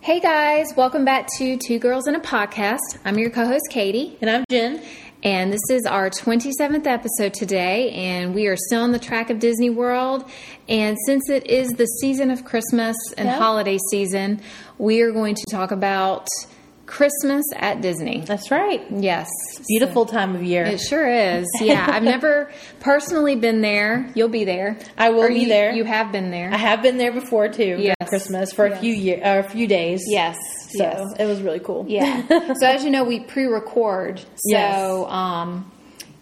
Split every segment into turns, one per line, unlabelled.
Hey guys, welcome back to Two Girls in a Podcast. I'm your co host, Katie.
And I'm Jen.
And this is our 27th episode today, and we are still on the track of Disney World. And since it is the season of Christmas and
Yeah.
holiday season, we are going to talk about Christmas at Disney.
That's right.
Yes.
Beautiful time of year.
It sure is. Yeah. I've never personally been there. You'll be there.
I will be
you-
there.
You have been there.
I have been there before too
Yes.
for Christmas for a few year, uh, a few days.
yes.
So it was really cool.
Yeah. so as you know, we pre-record. So
Yes.
um,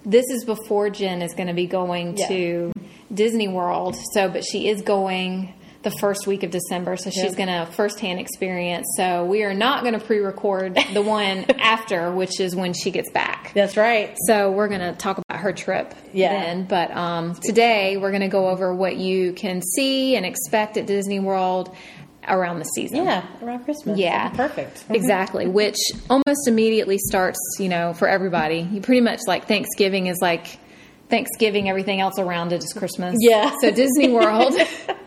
this is before Jen is going to be going
Yeah.
to Disney World. So, but she is going the first week of December, so she's
Yep.
going to firsthand experience. So we are not going to pre-record the one after, which is when she gets back.
That's right.
So we're going to talk about her trip
Yeah.
then. But um, today we're going to go over what you can see and expect at Disney World around the season.
Yeah, around Christmas.
Yeah.
That'd be perfect.
Exactly, which almost immediately starts, you know, for everybody. You pretty much like Thanksgiving is like Thanksgiving, everything else around it is Christmas.
Yeah.
So Disney World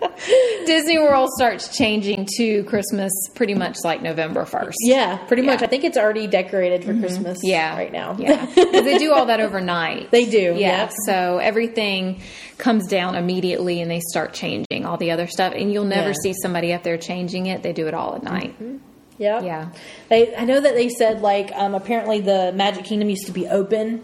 Disney World starts changing to Christmas pretty much like November 1st.
Yeah, pretty much.
Yeah. Mm-hmm.
I think it's already decorated for Christmas.
Yeah.
right now.
Yeah. 'Cause they do all that overnight.
They do,
Yeah.
yep.
So everything comes down immediately and they start changing all the other stuff and you'll never
Yeah. Mm-hmm.
see somebody up there changing it. They do it all at night.
Yep.
Yeah.
They, I know that they said like um, apparently the Magic Kingdom used to be open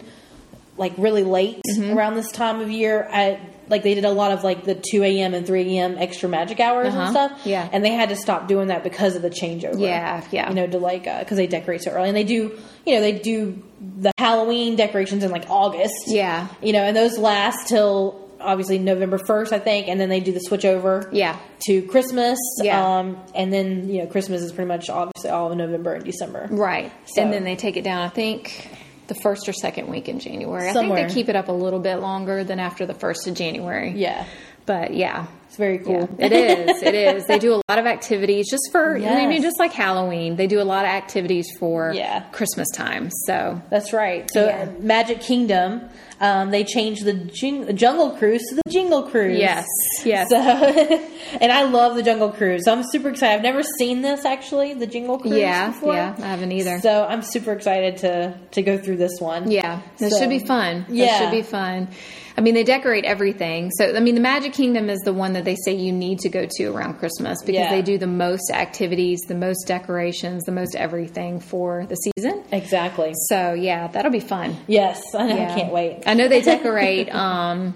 like really late
Mm-hmm.
around this time of year. I like they did a lot of like the two a.m. and three a.m. extra magic hours
Uh-huh.
and stuff.
Yeah.
and they had to stop doing that because of the changeover.
Yeah, yeah.
You know, to like because they decorate so early and they do you know they do the Halloween decorations in like August.
Yeah.
you know, and those last till. Obviously November first, I think, and then they do the switch over
Yeah.
to Christmas.
Yeah.
Um, and then, you know, Christmas is pretty much obviously all of November and December.
Right.
So-
And then they take it down, I think, the first or second week in January. I
Somewhere.
think they keep it up a little bit longer than after the first of January.
Yeah.
But yeah.
It's very cool.
Yeah, it is. It is. They do a lot of activities just for, I mean,
Yes.
just like Halloween, they do a lot of activities for
Yeah.
Christmas time. So,
That's right. So,
Yeah.
Magic Kingdom, um, they changed the jing- Jungle Cruise to the Jingle Cruise.
yes, yes.
So, and I love the Jungle Cruise. So I'm super excited. I've never seen this actually, the Jingle Cruise.
yeah,
before.
yeah. I haven't either.
So I'm super excited to to go through this one.
Yeah, this
So-
should be fun. This
Yeah.
should be fun. I mean, they decorate everything. So, I mean, the Magic Kingdom is the one that they say you need to go to around Christmas because
Yeah.
they do the most activities, the most decorations, the most everything for the season.
Exactly.
So, yeah, that'll be fun.
Yes, I, know,
Yeah.
I can't wait.
I know they decorate um,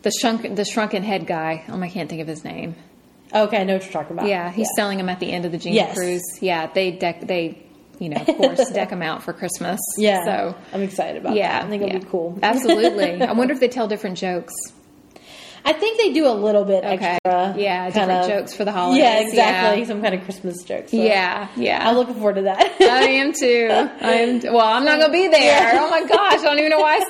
the shrunk the shrunken head guy. Um, I can't think of his name.
Okay, I know what you're talking about.
Yeah, he's selling them at the end of the Gene
Yes.
cruise. Yeah, they dec they you know of course deck them out for Christmas.
Yeah.
so.
I'm excited about that. I think it'll
yeah.
be cool.
Absolutely. I wonder if they tell different jokes.
I think they do a little bit
Okay.
extra.
Yeah,
kind
different
of-
jokes for the holidays.
Yeah, exactly.
Yeah.
Some kind of Christmas jokes. So
Yeah, Uh, yeah.
I'm looking forward to that.
I am too. I'm well. I'm not gonna be there. Oh my gosh! I don't even know why I said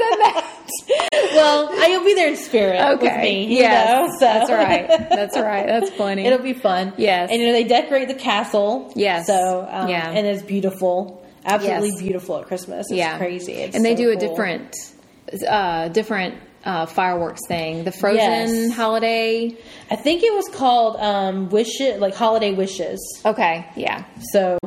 that.
well, I- you'll be there in spirit. With
Okay.
me, you
yes.
know, so.
That's right. That's right. That's funny.
It'll be fun.
Yes.
And you know they decorate the castle.
Yes.
So um,
Yeah.
and it's beautiful. Absolutely
Yes.
beautiful at Christmas. It's
yeah,
crazy. It's
and they
so
do a
cool.
different, uh, different uh, fireworks thing. The Frozen
Yes.
holiday.
I think it was called um wishes like holiday wishes.
Okay. Yeah.
So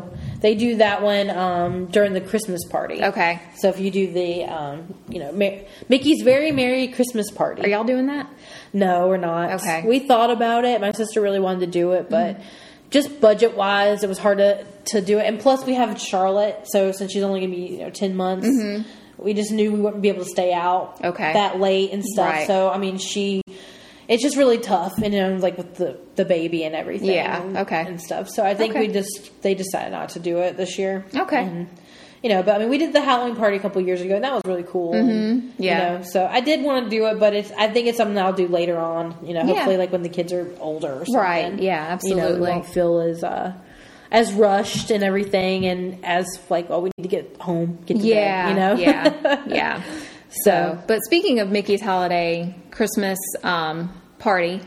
they do that one um during the Christmas party.
Okay.
So if you do the, um, you know, Mer- Mickey's Very Merry Christmas Party.
Are y'all doing that?
no, we're not.
Okay. Mm-hmm.
We thought about it. My sister really wanted to do it, but just budget wise, it was hard to, to do it. And plus, we have Charlotte, so since she's only going to be you know ten months, we just knew we wouldn't be able to stay out
Mm-hmm. Okay.
that late and stuff.
Right.
So I mean, she. It's just really tough, and you know, like with the, the baby and everything,
Yeah, okay.
and stuff. So I think
Okay.
we just they decided not to do it this year.
Okay.
And, you know, but I mean, we did the Halloween party a couple years ago, and that was really cool. And,
Mm-hmm. Yeah.
You know, so I did want to do it, but it's I think it's something I'll do later on. You know,
Yeah.
hopefully, like when the kids are older, or something,
Right. Yeah,
You know,
absolutely.
we won't feel as uh, as rushed and everything, and as like, oh, we need to get home, get to
Yeah.
bed. You know,
yeah. Yeah. So,
so
but speaking of Mickey's holiday Christmas um, party,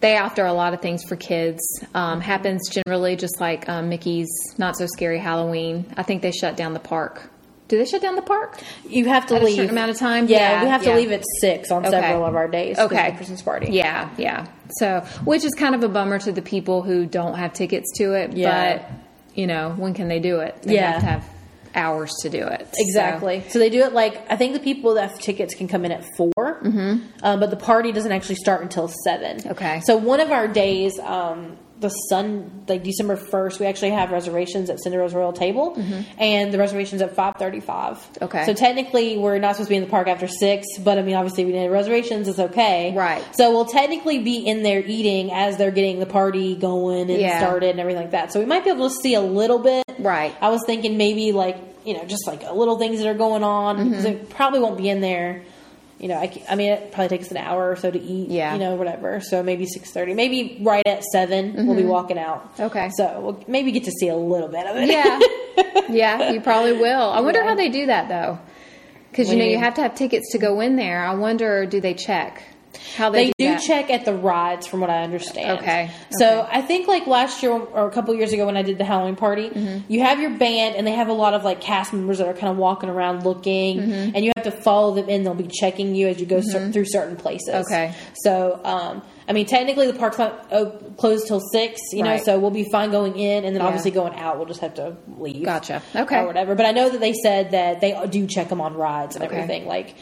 they offer a lot of things for kids. Um, happens generally just like um, Mickey's Not So Scary Halloween. I think they shut down the park. Do they shut down the park?
you have to
At a
leave
certain amount of time?
Yeah,
Yeah,
we have
yeah.
to leave at six on several of our days. 'cause of
Okay.
the Christmas party.
Yeah, yeah. So, which is kind of a bummer to the people who don't have tickets to it,
Yeah.
but you know, when can they do it? They
Yeah.
have to have hours to do it. So-
Exactly. So, they do it like I think the people that have tickets can come in at 4 mm-hmm. um, but the party doesn't actually start until seven.
Okay.
So one of our days, um, the sun like December first, we actually have reservations at Cinderella's Royal Table, and the reservations at five thirty-five.
Mm-hmm. Okay.
So technically, we're not supposed to be in the park after six, but I mean, obviously, we didn't have reservations. It's okay.
Right.
So we'll technically be in there eating as they're getting the party going and
Yeah.
started and everything like that. So we might be able to see a little bit.
Right.
I was thinking maybe like you know just like little things that are going on because
Mm-hmm.
it probably won't be in there. You know, I, c- I mean, it probably takes an hour or so to eat.
Yeah.
You know, whatever. So maybe six thirty, maybe right at 7 we we'll be walking out.
Mm-hmm. Okay.
So we'll maybe get to see a little bit of it.
Yeah. yeah, you probably will. I wonder how they do that though. Cuz you
What do
know
you
you
mean?
have to have tickets to go in there. I wonder do they check how they,
They do
that?
check at the rides, from what I understand.
Okay,
So
okay.
I think like last year or a couple years ago when I did the Halloween party,
Mm-hmm.
you have your band and they have a lot of like cast members that are kind of walking around looking,
Mm-hmm.
and you have to follow them in. They'll be checking you as you go cer- through certain places.
Okay.
So um, I mean, technically the park's not op- closed till six, you know,
Right.
so we'll be fine going in, and then
Yeah.
obviously going out, we'll just have to leave.
Gotcha. Okay.
Or whatever. But I know that they said that they do check them on rides and
Okay.
everything. Like,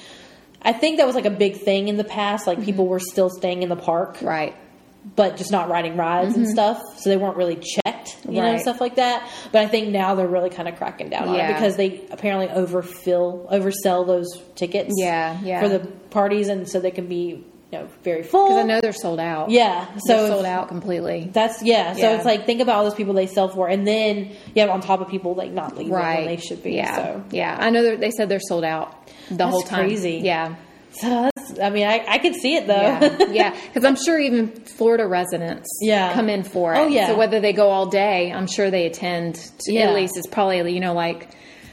I think that was like a big thing in the past. Like, people were still staying in the park,
Mm-hmm. Right. Mm-hmm.
but just not riding rides and stuff. So they weren't really checked, you know,
Right.
and stuff like that. But I think now they're really kind of cracking down on
Yeah.
it because they apparently overfill, oversell those tickets.
Yeah, yeah.
For the parties, and so they can be, you know, very full.
Cuz I know they're sold out.
yeah. So
they're
if-
sold out completely.
that's yeah. So
Yeah.
it's like think about all those people they sell for, and then you have on top of people like not leaving
Right.
when they should be.
Yeah.
So
Yeah. I know they're- they said they're sold out the
That's
whole time.
crazy.
Yeah.
So that's, I mean, I, I could see it though.
Yeah, yeah, because I'm sure even Florida residents
Yeah.
come in for it.
Oh, yeah.
So whether they go all day, I'm sure they attend. To,
Yeah.
At least it's probably you know like,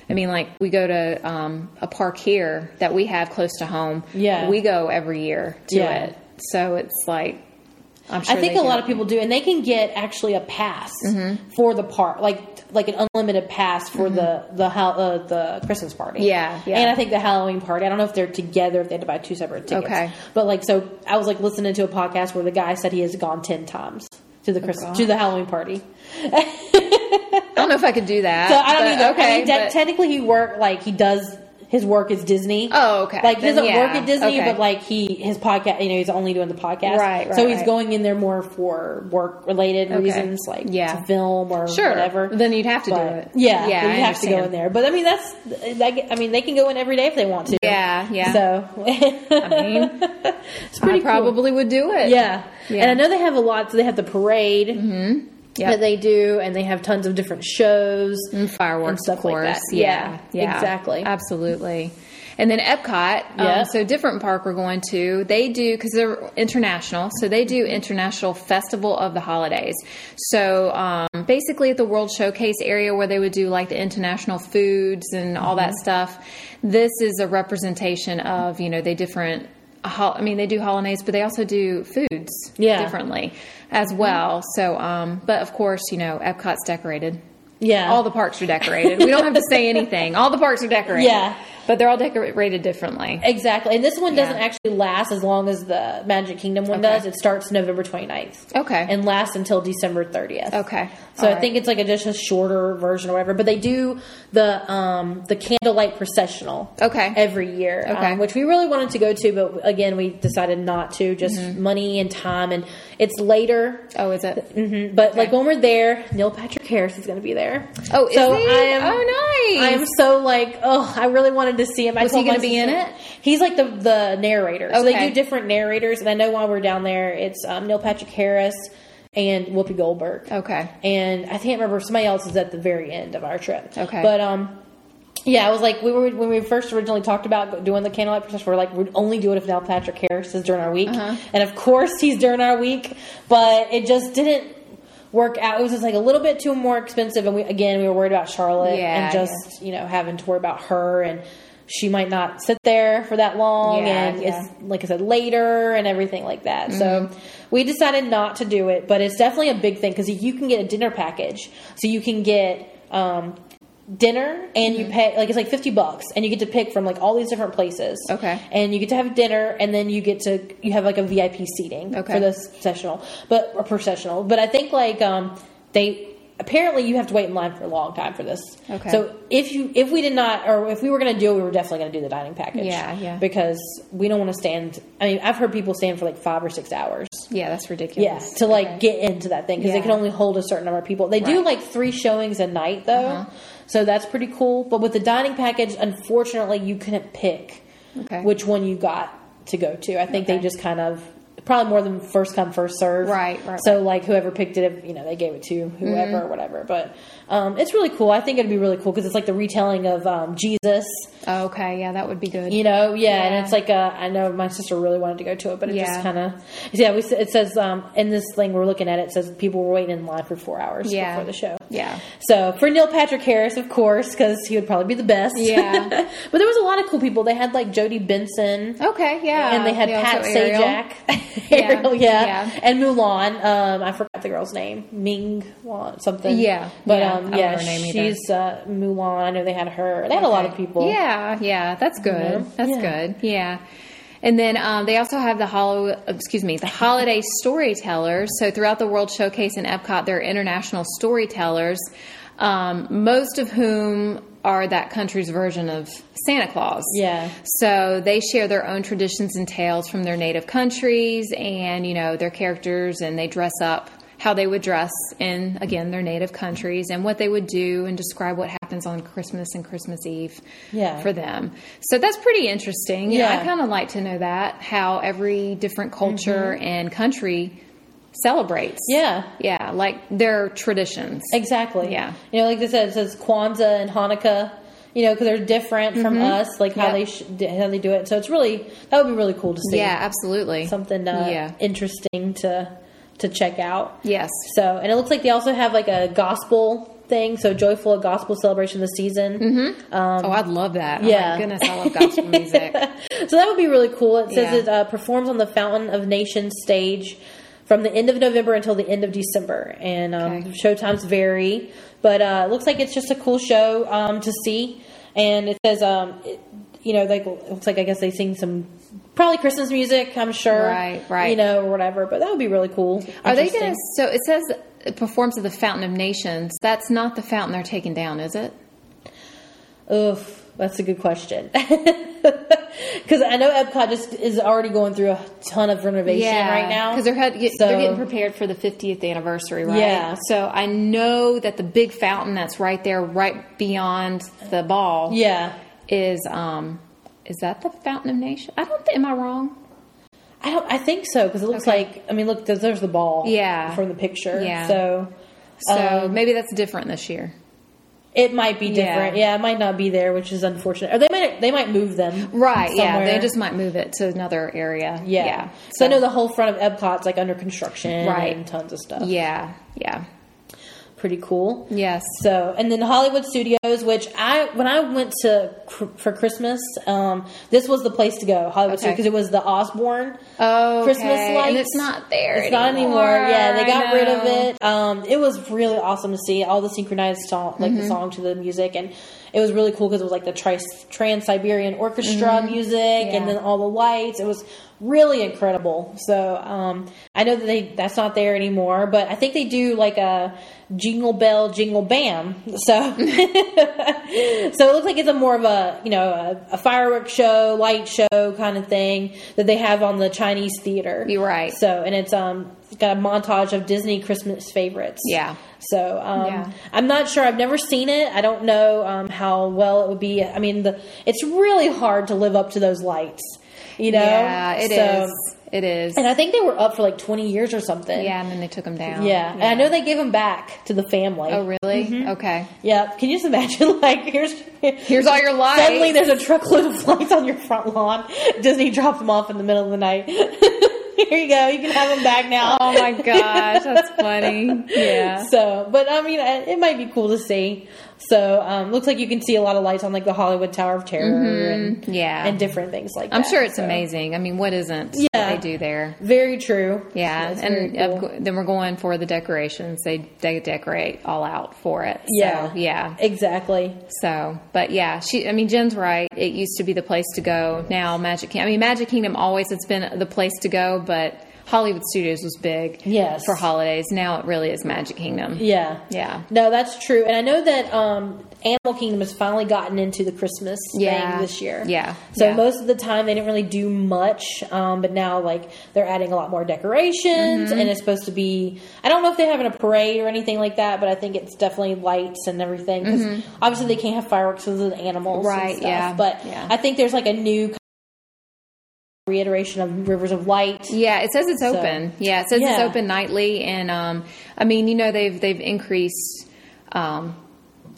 I mean like we go to um, a park here that we have close to home.
Yeah.
we go every year to
Yeah.
it. So it's like, I'm sure
I think
they
a
do.
lot
Mm-hmm.
of people do, and they can get actually a pass for the park, like like an unlimited pass for the the hal- uh, the Christmas party.
Yeah, yeah.
And I think the Halloween party. I don't know if they're together. If they had to buy two separate tickets.
Okay.
But like, so I was like listening to a podcast where the guy said he has gone ten times to the Christmas
God.
to the Halloween party.
I don't know if I could do that.
So I don't
but
either.
Okay,
I mean, de-
but-
technically, he work like he does. His work is Disney.
Oh, okay.
Like he
Then,
doesn't work
yeah.
at Disney,
Okay.
but like he his podcast. You know, he's only doing the podcast.
Right, right,
So he's
right.
going in there more for work related reasons, like
Yeah.
to film or
Sure.
whatever.
Then you'd have to do
But,
it.
Yeah,
Yeah,
yeah. You
I
have to go
understand.
in there, but I mean that's. Like, I mean, they can go in every day if they want to.
Yeah, yeah.
So
I mean,
it's
I
pretty cool.
probably would do it.
Yeah.
Yeah. Mm-hmm.
and I know they have a lot. So they have the parade
Yep. Mm-hmm.
that they do, and they have tons of different shows.
And fireworks,
and stuff
of
like
course.
that.
Yeah.
Yeah, exactly.
Absolutely. And then Epcot, um,
Yeah.
so different park we're going to. They do because they're international, so they do International Festival of the Holidays. So um, basically, at the World Showcase area where they would do like the international foods and all that
Mm-hmm.
stuff. This is a representation of you know the different. hol- I mean, they do holidays, but they also do foods
Yeah. Mm-hmm.
differently as well. So, um, but of course, you know, Epcot's decorated.
Yeah,
All the parks are decorated. We don't have to say anything. All the parks are decorated.
Yeah.
But they're all decorated differently.
Exactly. And this one doesn't
Yeah.
actually last as long as the Magic Kingdom one
Okay.
does. It starts November 29th.
Okay.
And lasts until December 30th.
Okay.
So
All
I think it's like a just a shorter version or whatever, but they do the um, the candlelight processional
Okay.
every year, um,
Okay.
which we really wanted to go to, but again we decided not to, just
Mm-hmm.
money and time, and it's later.
Oh, is it?
hmm But like when we're there, Neil Patrick Harris is going to be there.
Oh, is
so
he?
I am.
Oh, nice.
I am so like, oh, I really wanted to see him. I
Was he
told my
gonna be in
sister-
it?
He's like the the narrator. So
Okay.
they do different narrators, and I know while we're down there, it's um, Neil Patrick Harris and Whoopi Goldberg.
Okay.
And I can't remember somebody else is at the very end of our trip.
Okay.
But um. Yeah, I was like, we were when we first originally talked about doing the candlelight procession. We are like, we'd only do it if Neil Patrick Harris is during our week,
Uh-huh.
and of course he's during our week, but it just didn't work out. It was just like a little bit too more expensive, and we again we were worried about Charlotte
Yeah,
and just you know having to worry about her and she might not sit there for that long,
Yeah,
and
yeah. Mm-hmm.
it's like I said later and everything like that. So we decided not to do it, but it's definitely a big thing because you can get a dinner package, so you can get. Um, dinner and
Mm-hmm.
you pay like it's like 50 bucks and you get to pick from like all these different places
Okay.
and you get to have dinner and then you get to you have like a vip seating
Okay.
for the sessional but or processional but i think like um they apparently you have to wait in line for a long time for this.
Okay.
So if you if we did not or if we were going to do it, we were definitely going to do the dining package.
Yeah, yeah.
Because we don't want to stand. I mean, I've heard people stand for like five or six hours.
Yeah, that's
Yeah,
ridiculous.
to like
Okay.
get into that thing because they
Yeah.
can only hold a certain number of people. They do
Right. Uh-huh.
like three showings a night though, so that's pretty cool. But with the dining package, unfortunately, you couldn't pick
Okay.
which one you got to go to. I think they
Okay.
just kind of probably more than first come first serve.
Right, right, Mm-hmm.
So like whoever picked it, you know, they gave it to whoever or whatever. But um, it's really cool. I think it'd be really cool because it's like the retelling of um, Jesus.
Okay, yeah, that would be good.
You know, yeah,
Yeah.
and it's like uh, I know my sister really wanted to go to it, but it just
Yeah.
kind of yeah. We s- it says um, in this thing we're looking at it says people were waiting in line for four hours
Yeah.
before the show.
Yeah.
So for Neil Patrick Harris, of course, because he would probably be the best.
Yeah.
but there was a lot of cool people. They had like Jodie Benson.
Okay, yeah.
and they had
Yeah,
Pat
so Ariel.
Sajak,
Oh, Yeah.
Ariel, yeah.
Yeah.
and Mulan. Um, I forgot the girl's name, Ming Wan something.
Yeah.
but
Yeah, I
um,
don't
yeah,
know her name either.
she's uh, Mulan. I know they had her. They had a lot of people.
Yeah, yeah, that's good.
know?
That's
Yeah.
good. Yeah. And then um, they also have the hollow, excuse me, the holiday storytellers. So throughout the World Showcase in Epcot, there are international storytellers, um, most of whom are that country's version of Santa Claus.
Yeah.
So they share their own traditions and tales from their native countries, and you know their characters, and they dress up how they would dress in again their native countries and what they would do, and describe what happens on Christmas and Christmas Eve
Yeah.
for them. So that's pretty interesting. You know,
Yeah.
I kind of like to know that how every different culture and country celebrates.
Mm-hmm. Yeah.
yeah, like their traditions.
Exactly.
Yeah.
You know, like they said, it says Kwanzaa and Hanukkah. You know, because they're different from
Mm-hmm.
us, like
Yep.
how they sh- how they do it. So it's really that would be really cool to see.
Yeah, absolutely.
something uh,
Yeah.
interesting to to check out.
Yes.
So, and it looks like they also have like a gospel thing. So, joyful a gospel celebration this season. Mm-hmm. Um,
Oh, I'd love that.
yeah.
Oh my goodness, I love gospel music.
so that would be really cool. It says
Yeah.
it uh, performs on the Fountain of Nations stage from the end of November until the end of December, and um,
Okay.
show times vary. But uh, it looks like it's just a cool show um, to see, and it says, um, it, you know, like it looks like I guess they sing some probably Christmas music. I'm sure,
Right, right.
You know, or whatever. But that would be really cool.
Are they
Interesting.
going to? So it says it performs at the Fountain of Nations. That's not the fountain they're taking down, is it?
Oof, that's a good question. Because I know Epcot just is already going through a ton of renovation right now.
because they're had,
So-
they're getting prepared for the 50th anniversary, right?
Yeah.
So I know that the big fountain that's right there, right beyond the ball,
yeah,
is um, is that the Fountain of Nations? I don't think. Am I wrong?
I don't. I think so because it looks
Okay.
like. I mean, look, there's, there's the ball.
Yeah.
from the picture.
Yeah.
So
So
Um,
maybe that's different this year.
it might be different.
Yeah.
Yeah. it might not be there, which is unfortunate. Or they might they might move them.
Right. Yeah. They
somewhere.
just might move it to another area.
Yeah.
yeah.
So I know the whole front of Epcot's like under construction.
Right.
And tons of stuff.
Yeah. Yeah.
Pretty cool.
Yes.
So, and then Hollywood Studios, which I when I went to cr- for Christmas, um, this was the place to go, Hollywood
Okay.
Studios, because it was the Osborne
Oh,
Christmas lights.
And it's not there.
It's not anymore. Yeah, they
I
got rid of
know.
it. Um, it was really awesome to see all the synchronized song, like
Mm-hmm.
the song to the music, and it was really cool because it was like the tri- Trans Siberian Orchestra music, and
Mm-hmm. Yeah.
then all the lights. It was really incredible. So um, I know that they that's not there anymore, but I think they do like a jingle bell, jingle bam. So so it looks like it's a more of a you know a, a fireworks show, light show kind of thing that they have on the Chinese theater.
You're right.
So and it's um it's got a montage of Disney Christmas favorites.
Yeah.
So um,
Yeah.
I'm not sure. I've never seen it. I don't know um, how well it would be. I mean, the, it's really hard to live up to those lights. You know.
Yeah, it
So-
is. It is.
And I think they were up for like 20 years or something.
yeah, and then they took them down.
Yeah. And I know Mm-hmm. they gave them back to the family.
Oh, really? Okay.
Yeah. Can you just imagine? Like, here's
Here's all your lights.
Suddenly, there's a truckload of lights on your front lawn. Disney dropped them off in the middle of the night. Here you go. You can have them back now.
Oh my gosh, that's funny. Yeah.
So, but I mean, I- it might be cool to see. So, um, looks like you can see a lot of lights on like the Hollywood Tower of Terror and
Yeah.
and different things like
Mm-hmm. I'm
that.
sure it's
So,
amazing. I mean, what isn't
Yeah.
that they do there?
Very true.
Yeah,
That's
and
very
of
cool.
cou- then we're going for the decorations. They they decorate all out for it. So,
yeah,
yeah.
exactly.
So, but yeah, she. I mean, Jen's right. It used to be the place to go. Now, Magic Kingdom. I mean, Magic Kingdom always has been the place to go, but Hollywood Studios was big
Yes.
for holidays. Now it really is Magic Kingdom.
Yeah.
Yeah.
No, that's true. And I know that um, Animal Kingdom has finally gotten into the Christmas
Yeah.
thing this year.
Yeah.
So
Yeah.
most of the time they didn't really do much, um, but now like they're adding a lot more decorations,
Mm-hmm.
and it's supposed to be. I don't know if they're having a parade or anything like that, but I think it's definitely lights and everything. 'cause obviously they can't have fireworks with the animals, and
Mm-hmm. Right,
stuff,
yeah,
But
yeah.
I think there's like a new kind of reiteration of Rivers of Light.
Yeah, it says it's
So-
open. Yeah, it says it's
Yeah.
open nightly, and um, I mean, you know, they've they've increased um,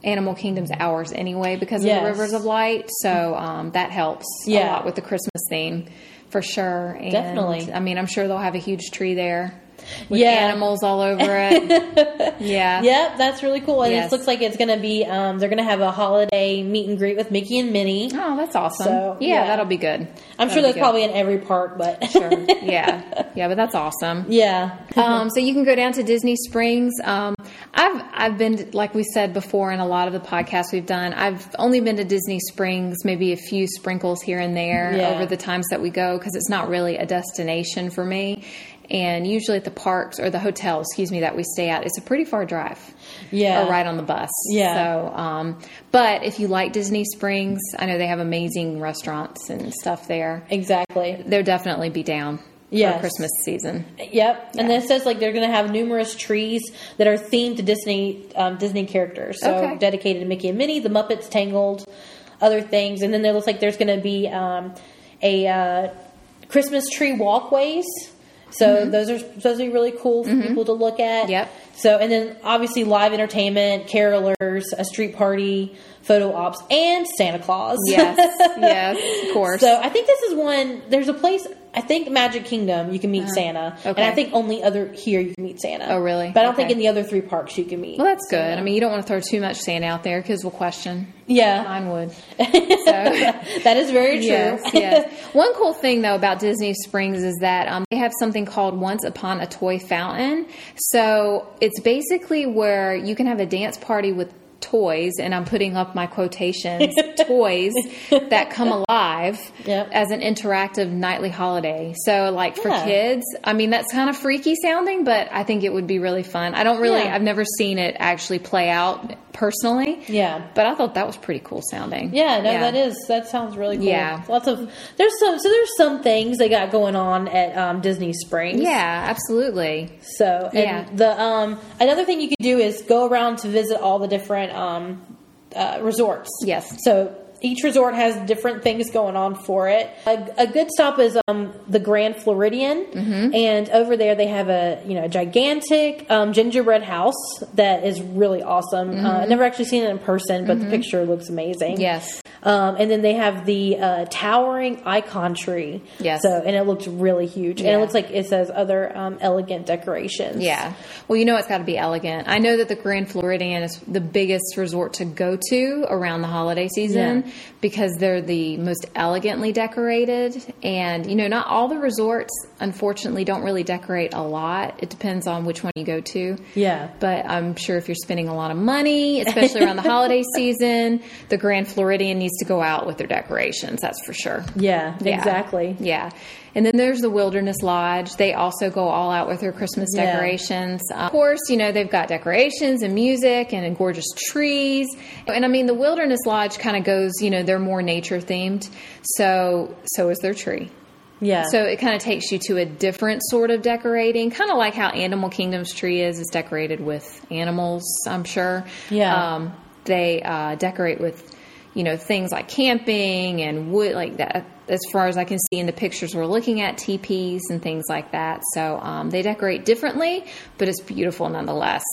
Animal Kingdom's hours anyway because of
Yes.
the Rivers of Light, so um, that helps a
Yeah.
lot with the Christmas theme for sure. And,
Definitely.
I mean, I'm sure they'll have a huge tree there with
Yeah.
animals all over it. yeah,
Yep, that's really cool. And
Yes.
this looks like it's going to be, um, they're going to have a holiday meet and greet with Mickey and Minnie.
Oh, that's awesome.
So,
yeah,
yeah.
that'll be good.
I'm
That'll
sure that's
be
probably in every park, but
good. sure. Yeah, yeah, but that's awesome.
yeah.
um, so you can go down to Disney Springs. Um, I've I've been like we said before in a lot of the podcasts we've done. I've only been to Disney Springs, maybe a few sprinkles here and there
Yeah.
over the times that we go because it's not really a destination for me. And usually at the parks or the hotel, excuse me, that we stay at, it's a pretty far drive.
Yeah.
Or ride on the bus.
Yeah.
So, um, but if you like Disney Springs, I know they have amazing restaurants and stuff there.
Exactly.
They'll definitely be down
Yes.
for Christmas season.
Yep. And then it says like they're going to have numerous trees that are themed to Disney um, Disney characters. So
Okay.
dedicated to Mickey and Minnie, the Muppets, Tangled, other things. And then it looks like there's going to be um, a uh, Christmas tree walkways. So those are supposed to be really cool for people to look at.
Mm-hmm. Yep.
So and then obviously live entertainment, carolers, a street party, photo ops, and Santa Claus.
Yes, yes, of course.
So I think this is one. There's a place. I think Magic Kingdom you can meet Santa, and
Uh-huh. Okay.
I think only other here you can meet Santa.
Oh, really?
But I don't think
Okay.
in the other three parks you can meet.
well, that's good. I mean, you don't want to throw too much sand out there because we'll question.
yeah,
Mine would. So,
that is very true.
yes, yes. One cool thing though about Disney Springs is that um, they have something called Once Upon a Toy Fountain. So it's basically where you can have a dance party with toys, and I'm putting up my quotations, toys that come alive
Yep.
as an interactive nightly holiday. So like for
Yeah.
kids, I mean that's kind of freaky sounding, but I think it would be really fun. I don't really,
Yeah.
I've never seen it actually play out personally.
Yeah.
But I thought that was pretty cool sounding.
Yeah, no, that is that sounds really cool.
Yeah.
lots of there's some so there's some things they got going on at um, Disney Springs.
Yeah, absolutely.
So and
Yeah.
the um another thing you could do is go around to visit all the different um uh, resorts.
Yes.
So each resort has different things going on for it. A, a good stop is um the Grand Floridian,
Mm-hmm.
and over there they have a you know a gigantic um, gingerbread house that is really awesome. Uh, I've never actually seen it in person, but the picture looks amazing.
Mm-hmm. Yes.
Um, and then they have the uh, towering icon tree.
Yes.
So and it looks really huge, and
Yeah.
it looks like it says other um, elegant decorations.
Yeah. Well, you know it's got to be elegant. I know that the Grand Floridian is the biggest resort to go to around the holiday season
Yeah.
because they're the most elegantly decorated and you know not all the resorts unfortunately don't really decorate a lot. It depends on which one you go to.
Yeah.
But I'm sure if you're spending a lot of money, especially around the holiday season, the Grand Floridian needs to go out with their decorations, that's for sure.
Yeah.
Yeah.
Exactly.
Yeah. And then there's the Wilderness Lodge. They also go all out with their Christmas
Yeah.
decorations. Uh, of course, you know, they've got decorations and music and gorgeous trees. And I mean, the Wilderness Lodge kind of goes, you know, they're more nature themed. So, so is their tree.
Yeah.
So it kind of takes you to a different sort of decorating, kind of like how Animal Kingdom's tree is. It's decorated with animals, I'm sure.
Yeah.
Um, they uh, decorate with, you know, things like camping and wood, like that. As far as I can see in the pictures we're looking at, teepees and things like that. So um, they decorate differently, but it's beautiful nonetheless.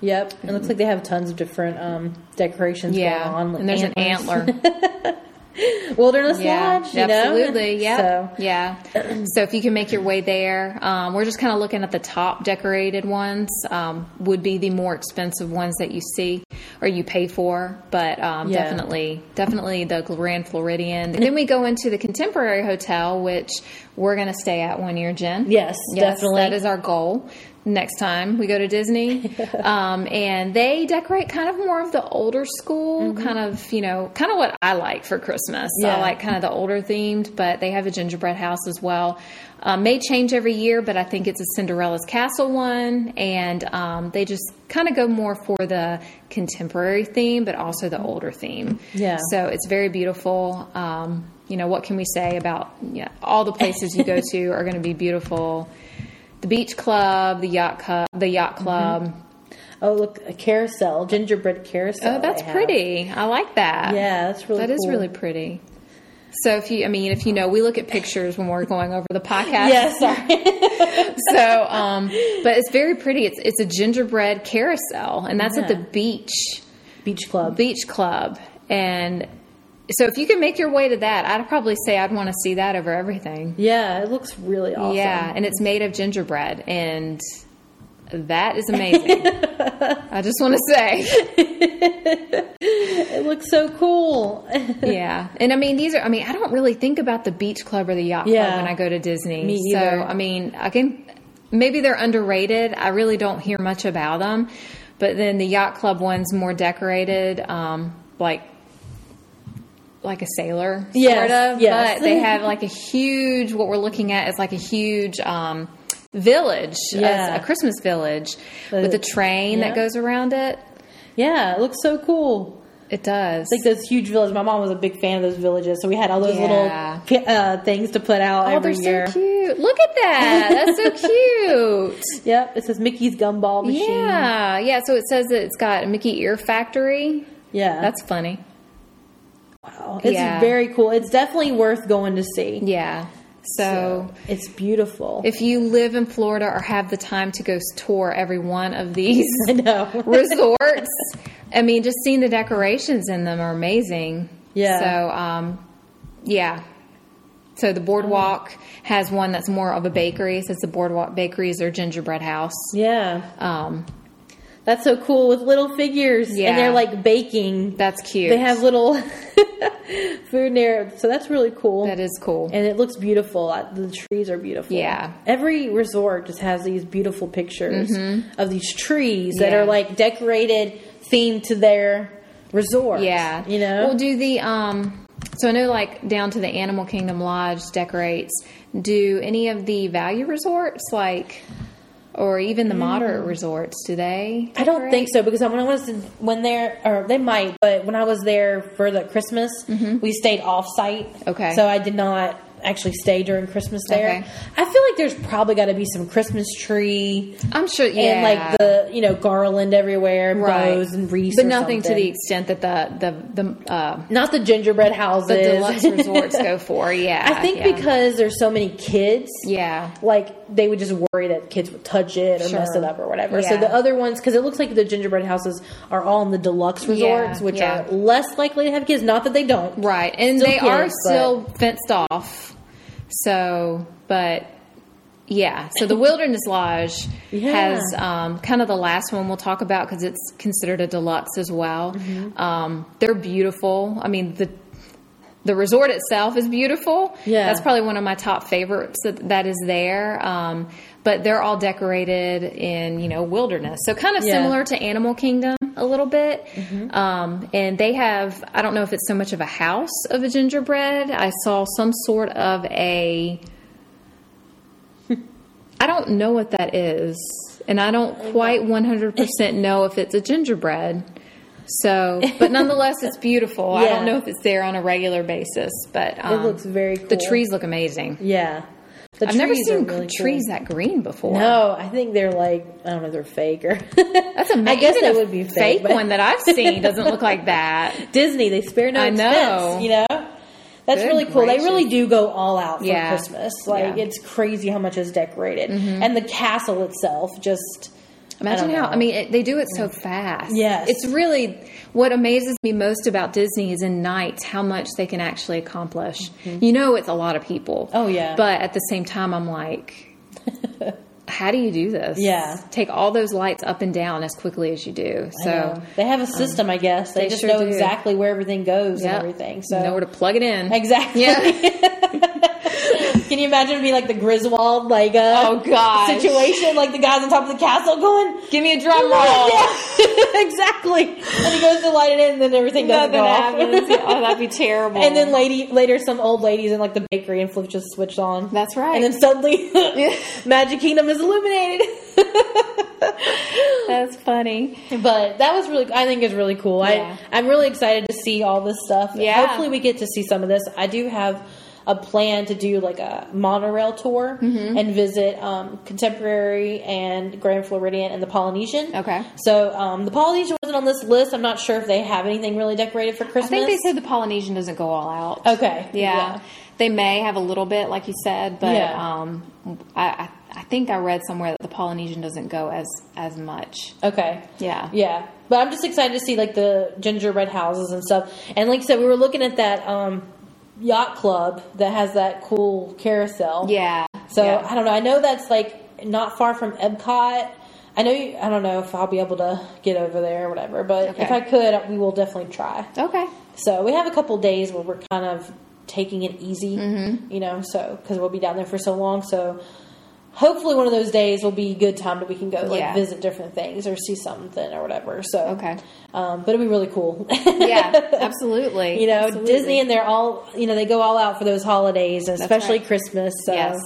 Yep. It looks like they have tons of different um, decorations
Yeah.
going on. like
and there's an
antlers.
antler.
Wilderness Lodge. You know?
absolutely. Yeah,
So,
yeah. So if you can make your way there, um, we're just kind of looking at the top decorated ones. Um, would be the more expensive ones that you see or you pay for, but um,
Yeah.
definitely, definitely the Grand Floridian. And then we go into the Contemporary Hotel, which we're going to stay at one year, Jen.
Yes, definitely.
that is our goal. next time we go to Disney. um, and they decorate kind of more of the older school, kind of, you know, kind of what I like for Christmas.
Yeah.
I like kind of the older themed, but they have a gingerbread house as well. Um, may change every year, but I think it's a Cinderella's Castle one. And um, they just kind of go more for the contemporary theme, but also the older theme.
Yeah.
So it's very beautiful. Um, you know, what can we say about yeah, all the places you go to are going to be beautiful. The beach club, the yacht club, the yacht
Mm-hmm.
club.
Oh, look, a carousel, gingerbread carousel.
Oh, that's
they have.
pretty. I like that.
Yeah, that's really
That is
cool.
really pretty. So if you, I mean, if you know, we look at pictures when we're going over the podcast.
Yeah, sorry.
So, um, but it's very pretty. It's it's a gingerbread carousel, and that's at the
Yeah.
beach.
Beach club.
beach club and so if you can make your way to that i'd probably say i'd want to see that over everything
Yeah, it looks really awesome.
yeah and it's made of gingerbread and that is amazing i just want to say
It looks so cool.
yeah and i mean these are i mean i don't really think about the beach club or the yacht
Yeah.
club when i go to disney
Me
so
either.
i mean i can maybe they're underrated i really don't hear much about them but then the yacht club one's more decorated um, like like a sailor sort
Yes,
of
yes.
but they have like a huge what we're looking at is like a huge um village a-
Yeah.
a, christmas village
But-
with a train
yeah.
that goes around it
Yeah, it looks so cool.
it does
Like those huge villages. My mom was a big fan of those villages, so we had all those
Yeah.
little ki- uh, things to put out
oh
every
they're
year.
so cute look at that that's so cute
Yep, it says Mickey's Gumball Machine.
yeah yeah so it says that it's got a mickey ear factory
Yeah.
that's funny
wow. It's
yeah.
very cool. It's definitely worth going to see.
yeah so
it's beautiful.
if you live in florida or have the time to go tour every one of these
I know.
resorts. I mean, just seeing the decorations in them are amazing.
Yeah.
So, um, yeah. So the boardwalk has one that's more of a bakery. Since the boardwalk bakery is their gingerbread house.
yeah.
Um,
That's so cool with little figures.
Yeah.
And they're like baking.
that's cute.
They have little food there. So that's really cool.
that is cool.
and it looks beautiful. Uh, The trees are beautiful.
Yeah.
Every resort just has these beautiful pictures of these trees that
Mm-hmm. Yeah.
are like decorated, themed to their resort.
Yeah.
You know?
We'll do the um so I know like down to the Animal Kingdom Lodge decorates. Do any of the value resorts like or even the moderate resorts, do they?
Mm. I don't think so because when I was when there or they might, but when I was there for the Christmas, we stayed off site.
Mm-hmm. Okay.
So I did not actually stay during Christmas
Okay.
there. I feel like there's probably got to be some Christmas tree
I'm sure yeah.
and like the you know garland everywhere,
Right.
bows and wreaths,
but
or
nothing to the
something.
extent that the the the, uh,
not the gingerbread houses,
the deluxe resorts go for. Yeah,
I think
yeah.
because there's so many kids,
yeah,
like they would just worry that kids would touch it or
Sure.
mess it up or whatever. So
Yeah.
the other ones, because it looks like the gingerbread houses are all in the deluxe resorts, which
yeah.
are less likely to have kids. Not that they don't,
right, and
Still
they are
kids, but-
still fenced off. So, but yeah, so the Wilderness Lodge
Yeah.
has um, kind of the last one we'll talk about because it's considered a deluxe as well.
Mm-hmm.
Um, they're beautiful. I mean the. The resort itself is beautiful.
Yeah.
that's probably one of my top favorites that, that is there. Um, but they're all decorated in you know wilderness, so kind of
Yeah. Mm-hmm.
similar to Animal Kingdom a little bit. Um, and they have I don't know if it's so much of a house of a gingerbread. I saw some sort of a I don't know what that is, and I don't quite 100% know if it's a gingerbread. So, but nonetheless, it's beautiful. I
Yeah.
don't know if it's there on a regular basis, but um,
looks very
The
cool.
trees look amazing.
Yeah, the
I've never
trees are
seen
really cool.
trees that green before.
No, I think they're like I don't know, they're fake or that's
Ama-
I guess
even
that
a
would be
fake
fake. but
one that I've seen doesn't look like that.
Disney, they spare no
I know.
expense. You know, that's
Good
really cool.
gracious.
They really do go all out for
Yeah.
Christmas. Like
Yeah. Mm-hmm.
it's crazy how much is decorated, and the castle itself just.
Imagine
don't
how
know.
I mean it, they do it so fast.
Yes.
it's really what amazes me most about Disney is in nights how much they can actually accomplish. You know, it's a lot of people.
Mm-hmm. Oh, yeah.
but at the same time, I'm like, how do you do this?
Yeah.
take all those lights up and down as quickly as you do.
I
So um,
know. they have a system, I guess. They,
they
just
sure
know
do.
exactly where everything goes
yeah,
and everything. So
you know where to plug it in.
exactly.
Yeah.
Can you imagine it be like the Griswold like uh,
Oh, gosh.
situation? Like the guys on top of the castle going.
Give me a drum roll.
Yeah, exactly. And he goes to light it in, and then everything doesn't
Nothing
go off.
happens. Yeah, Oh, that'd be terrible.
And then lady later, some old ladies in like the bakery and flip just switched on.
That's right.
And then suddenly, Magic Kingdom is illuminated.
that's funny.
but that was really, I think, is really cool.
Yeah.
I I'm really excited to see all this stuff.
Yeah.
Hopefully, we get to see some of this. I do have a plan to do like a monorail tour
Mm-hmm.
and visit um, Contemporary and Grand Floridian and the Polynesian.
Okay.
So um, the Polynesian wasn't on this list. I'm not sure if they have anything really decorated for
I
Christmas.
think they said the Polynesian doesn't go all out.
Okay.
Yeah. They may have a little bit, like you said, but
Yeah.
um, I, I I think I read somewhere that the Polynesian doesn't go as as much.
Okay.
Yeah.
Yeah. But I'm just excited to see like the gingerbread houses and stuff. And like I said, we were looking at that um, yacht club that has that cool carousel.
Yeah.
So
Yeah.
I don't know. I know that's like not far from Epcot. I know. You, I don't know if I'll be able to get over there or whatever. But if
Okay.
I could, we will definitely try.
Okay.
So we have a couple days where we're kind of taking it easy,
Mm-hmm.
you know, so because we'll be down there for so long. So hopefully one of those days will be a good time that we can go like
Yeah.
visit different things or see something or whatever. So
Okay.
um, but it'll be really cool.
Yeah. absolutely.
you know,
Absolutely.
Disney and they're all you know they go all out for those holidays, and
That's
especially
right.
Christmas. So
Yes.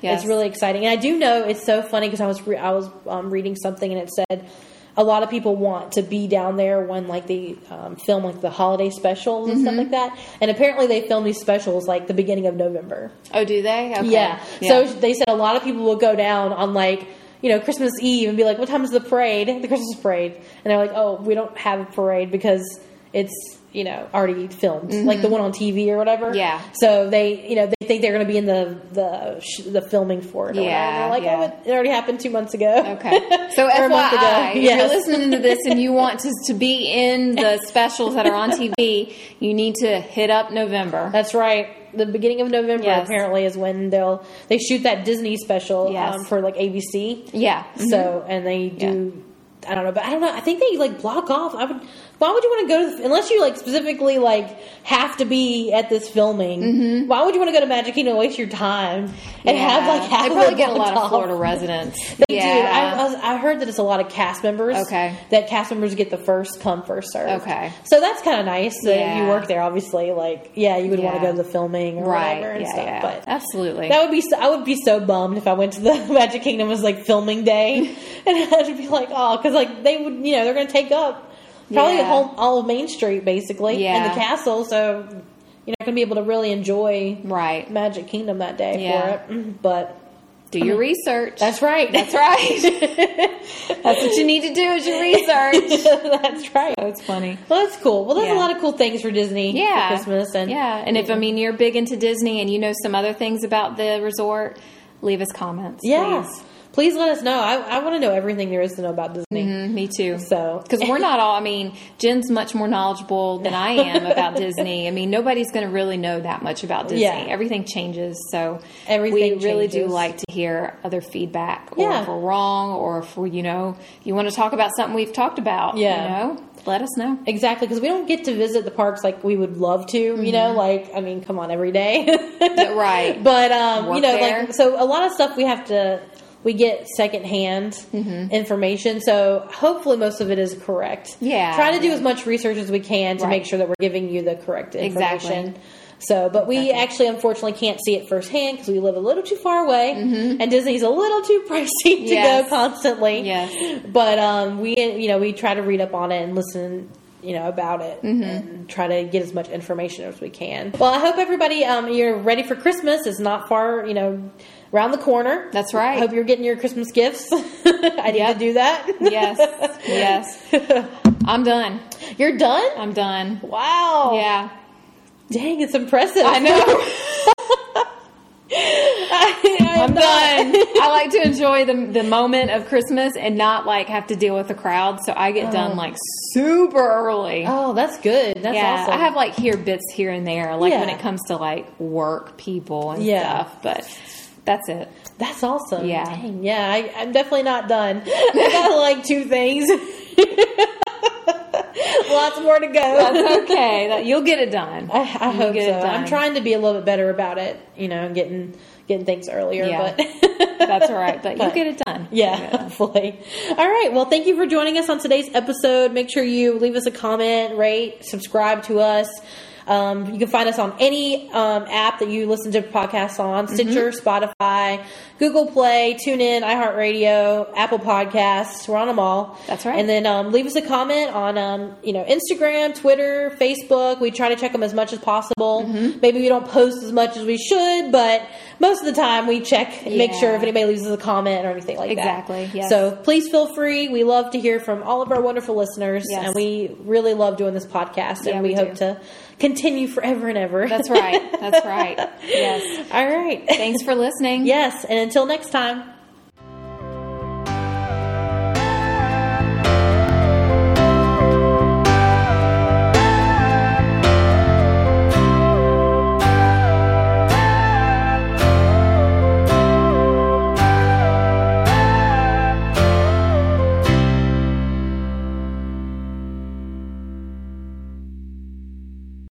Yes.
it's really exciting. And I do know it's so funny because I was re- I was um, reading something and it said a lot of people want to be down there when like they um, film like the holiday specials and stuff
Mm-hmm.
like that. And apparently they film these specials like the beginning of November.
Oh, do they? Okay.
Yeah. So they said a lot of people will go down on like, you know, Christmas Eve and be like, what time is the parade? The Christmas parade. And they're like, oh, we don't have a parade because it's, you know, already filmed, like the one on TV or whatever.
Mm-hmm. Yeah.
So they, you know, they think they're going to be in the the sh- the filming for it. Or
Yeah,
yeah. They're like,
yeah.
oh, it, it already happened two months ago.
Okay. So
Or
FYI,
a month ago.
if
Yes.
you're listening to this and you want to, to be in the specials that are on TV, you need to hit up November.
That's right. The beginning of November
Yes.
apparently is when they'll they shoot that Disney special
Yes.
um, for like ABC.
Yeah.
So
Mm-hmm.
and they do. I don't know, but I don't know. I think they like block off. I would. Why would you want to go to the, unless you like specifically like have to be at this filming? Why would you want to go to Magic Kingdom and waste your time and have
Mm-hmm. Yeah.
like half
they
of
probably
it
get a lot
blocked
of
off?
Florida residents.
They do. I, I, was- I heard that it's a lot of cast members.
Okay.
That cast members get the first come first serve.
Okay.
So that's kind of nice. That if you
Yeah.
work there, obviously, like yeah, you would want to
Yeah.
go to the filming or
right.
whatever and
Yeah,
stuff.
yeah.
But
Absolutely.
that would be so, I would be so bummed if I went to the Magic Kingdom was like filming day, and I'd be like, oh, because like they would, you know, they're going to take up probably
Yeah.
whole, all of Main Street basically and
Yeah.
the castle, so you're not going to be able to really enjoy
right.
Magic Kingdom that day
Yeah.
for it. But
Do your research.
that's right.
That's right. That's what you need to do is your research.
that's right.
That's funny.
Well, that's cool. Well, there's a
Yeah.
lot of cool things for Disney
Yeah.
for Christmas and
yeah. And if I mean you're big into Disney and you know some other things about the resort, leave us comments.
yeah.
Please.
Please. let us know. I, I want to know everything there is to know about Disney.
Mm, Me too.
So
because we're not all. I mean, Jen's much more knowledgeable than I am about Disney. I mean, nobody's going to really know that much about Disney.
Yeah.
Everything changes, so
Everything
we really do
changes.
like to hear other feedback, or
Yeah.
if we're wrong, or if we, you know, you want to talk about something we've talked about.
Yeah.
you know, let us know.
Exactly, because we don't get to visit the parks like we would love to. You know, like I mean, come on, every day,
Mm-hmm. right.
But um, you
Work
know,
there.
like so, a lot of stuff we have to we get secondhand
Mm-hmm.
information. So hopefully, most of it is correct.
Yeah.
try to do as much research as we can to
Right.
make sure that we're giving you the correct
Exactly.
information. So, but we actually unfortunately can't see it firsthand because we live a little too far away, and Disney's a little too pricey to
Mm-hmm. Yes.
go constantly.
Yes.
But um, we, you know, we try to read up on it and listen, you know, about it
Mm-hmm.
and try to get as much information as we can. Well, I hope everybody, um, you're ready for Christmas. It's not far, you know, around the corner.
That's right.
I hope you're getting your Christmas gifts. I need to do that.
yes, yes. I'm done.
You're done?
I'm done.
Wow.
Yeah,
Dang, it's impressive.
I know. I'm done. I like to enjoy the the moment of Christmas and not like have to deal with the crowd. So I get
Uh-huh.
done like super early.
Oh, that's good. That's
yeah,
awesome.
I have like here bits here and there, like when
Yeah.
it comes to like work people and
Yeah.
stuff. But that's it.
That's awesome.
Yeah.
Dang, yeah, I, I'm definitely not done. I got like two things. well, lots more to go.
That's okay. That, you'll get it done.
I, I hope
get it
so. I'm
done.
trying to be a little bit better about it, you know, and getting getting things earlier.
Yeah.
But
That's all right. But you'll get it done.
Yeah, hopefully. All right. Well, thank you for joining us on today's episode. Make sure you leave us a comment, rate, subscribe to us. Um, you can find us on any um, app that you listen to podcasts
Mm-hmm.
on Stitcher, Spotify, Google Play, TuneIn, iHeartRadio, Apple Podcasts. We're on them all.
That's right.
And then um, leave us a comment on um, you know Instagram, Twitter, Facebook. We try to check them as much as possible.
Mm-hmm.
Maybe we don't post as much as we should, but most of the time we check and make
Yeah.
sure if anybody leaves us a comment or anything like that
Exactly, yes.
so please feel free we love to hear from all of our wonderful listeners
Yes.
and we really love doing this podcast and
Yeah,
we,
we
hope
do.
to continue forever and ever
That's right. That's right. Yes.
all right
Thanks for listening.
yes and until next time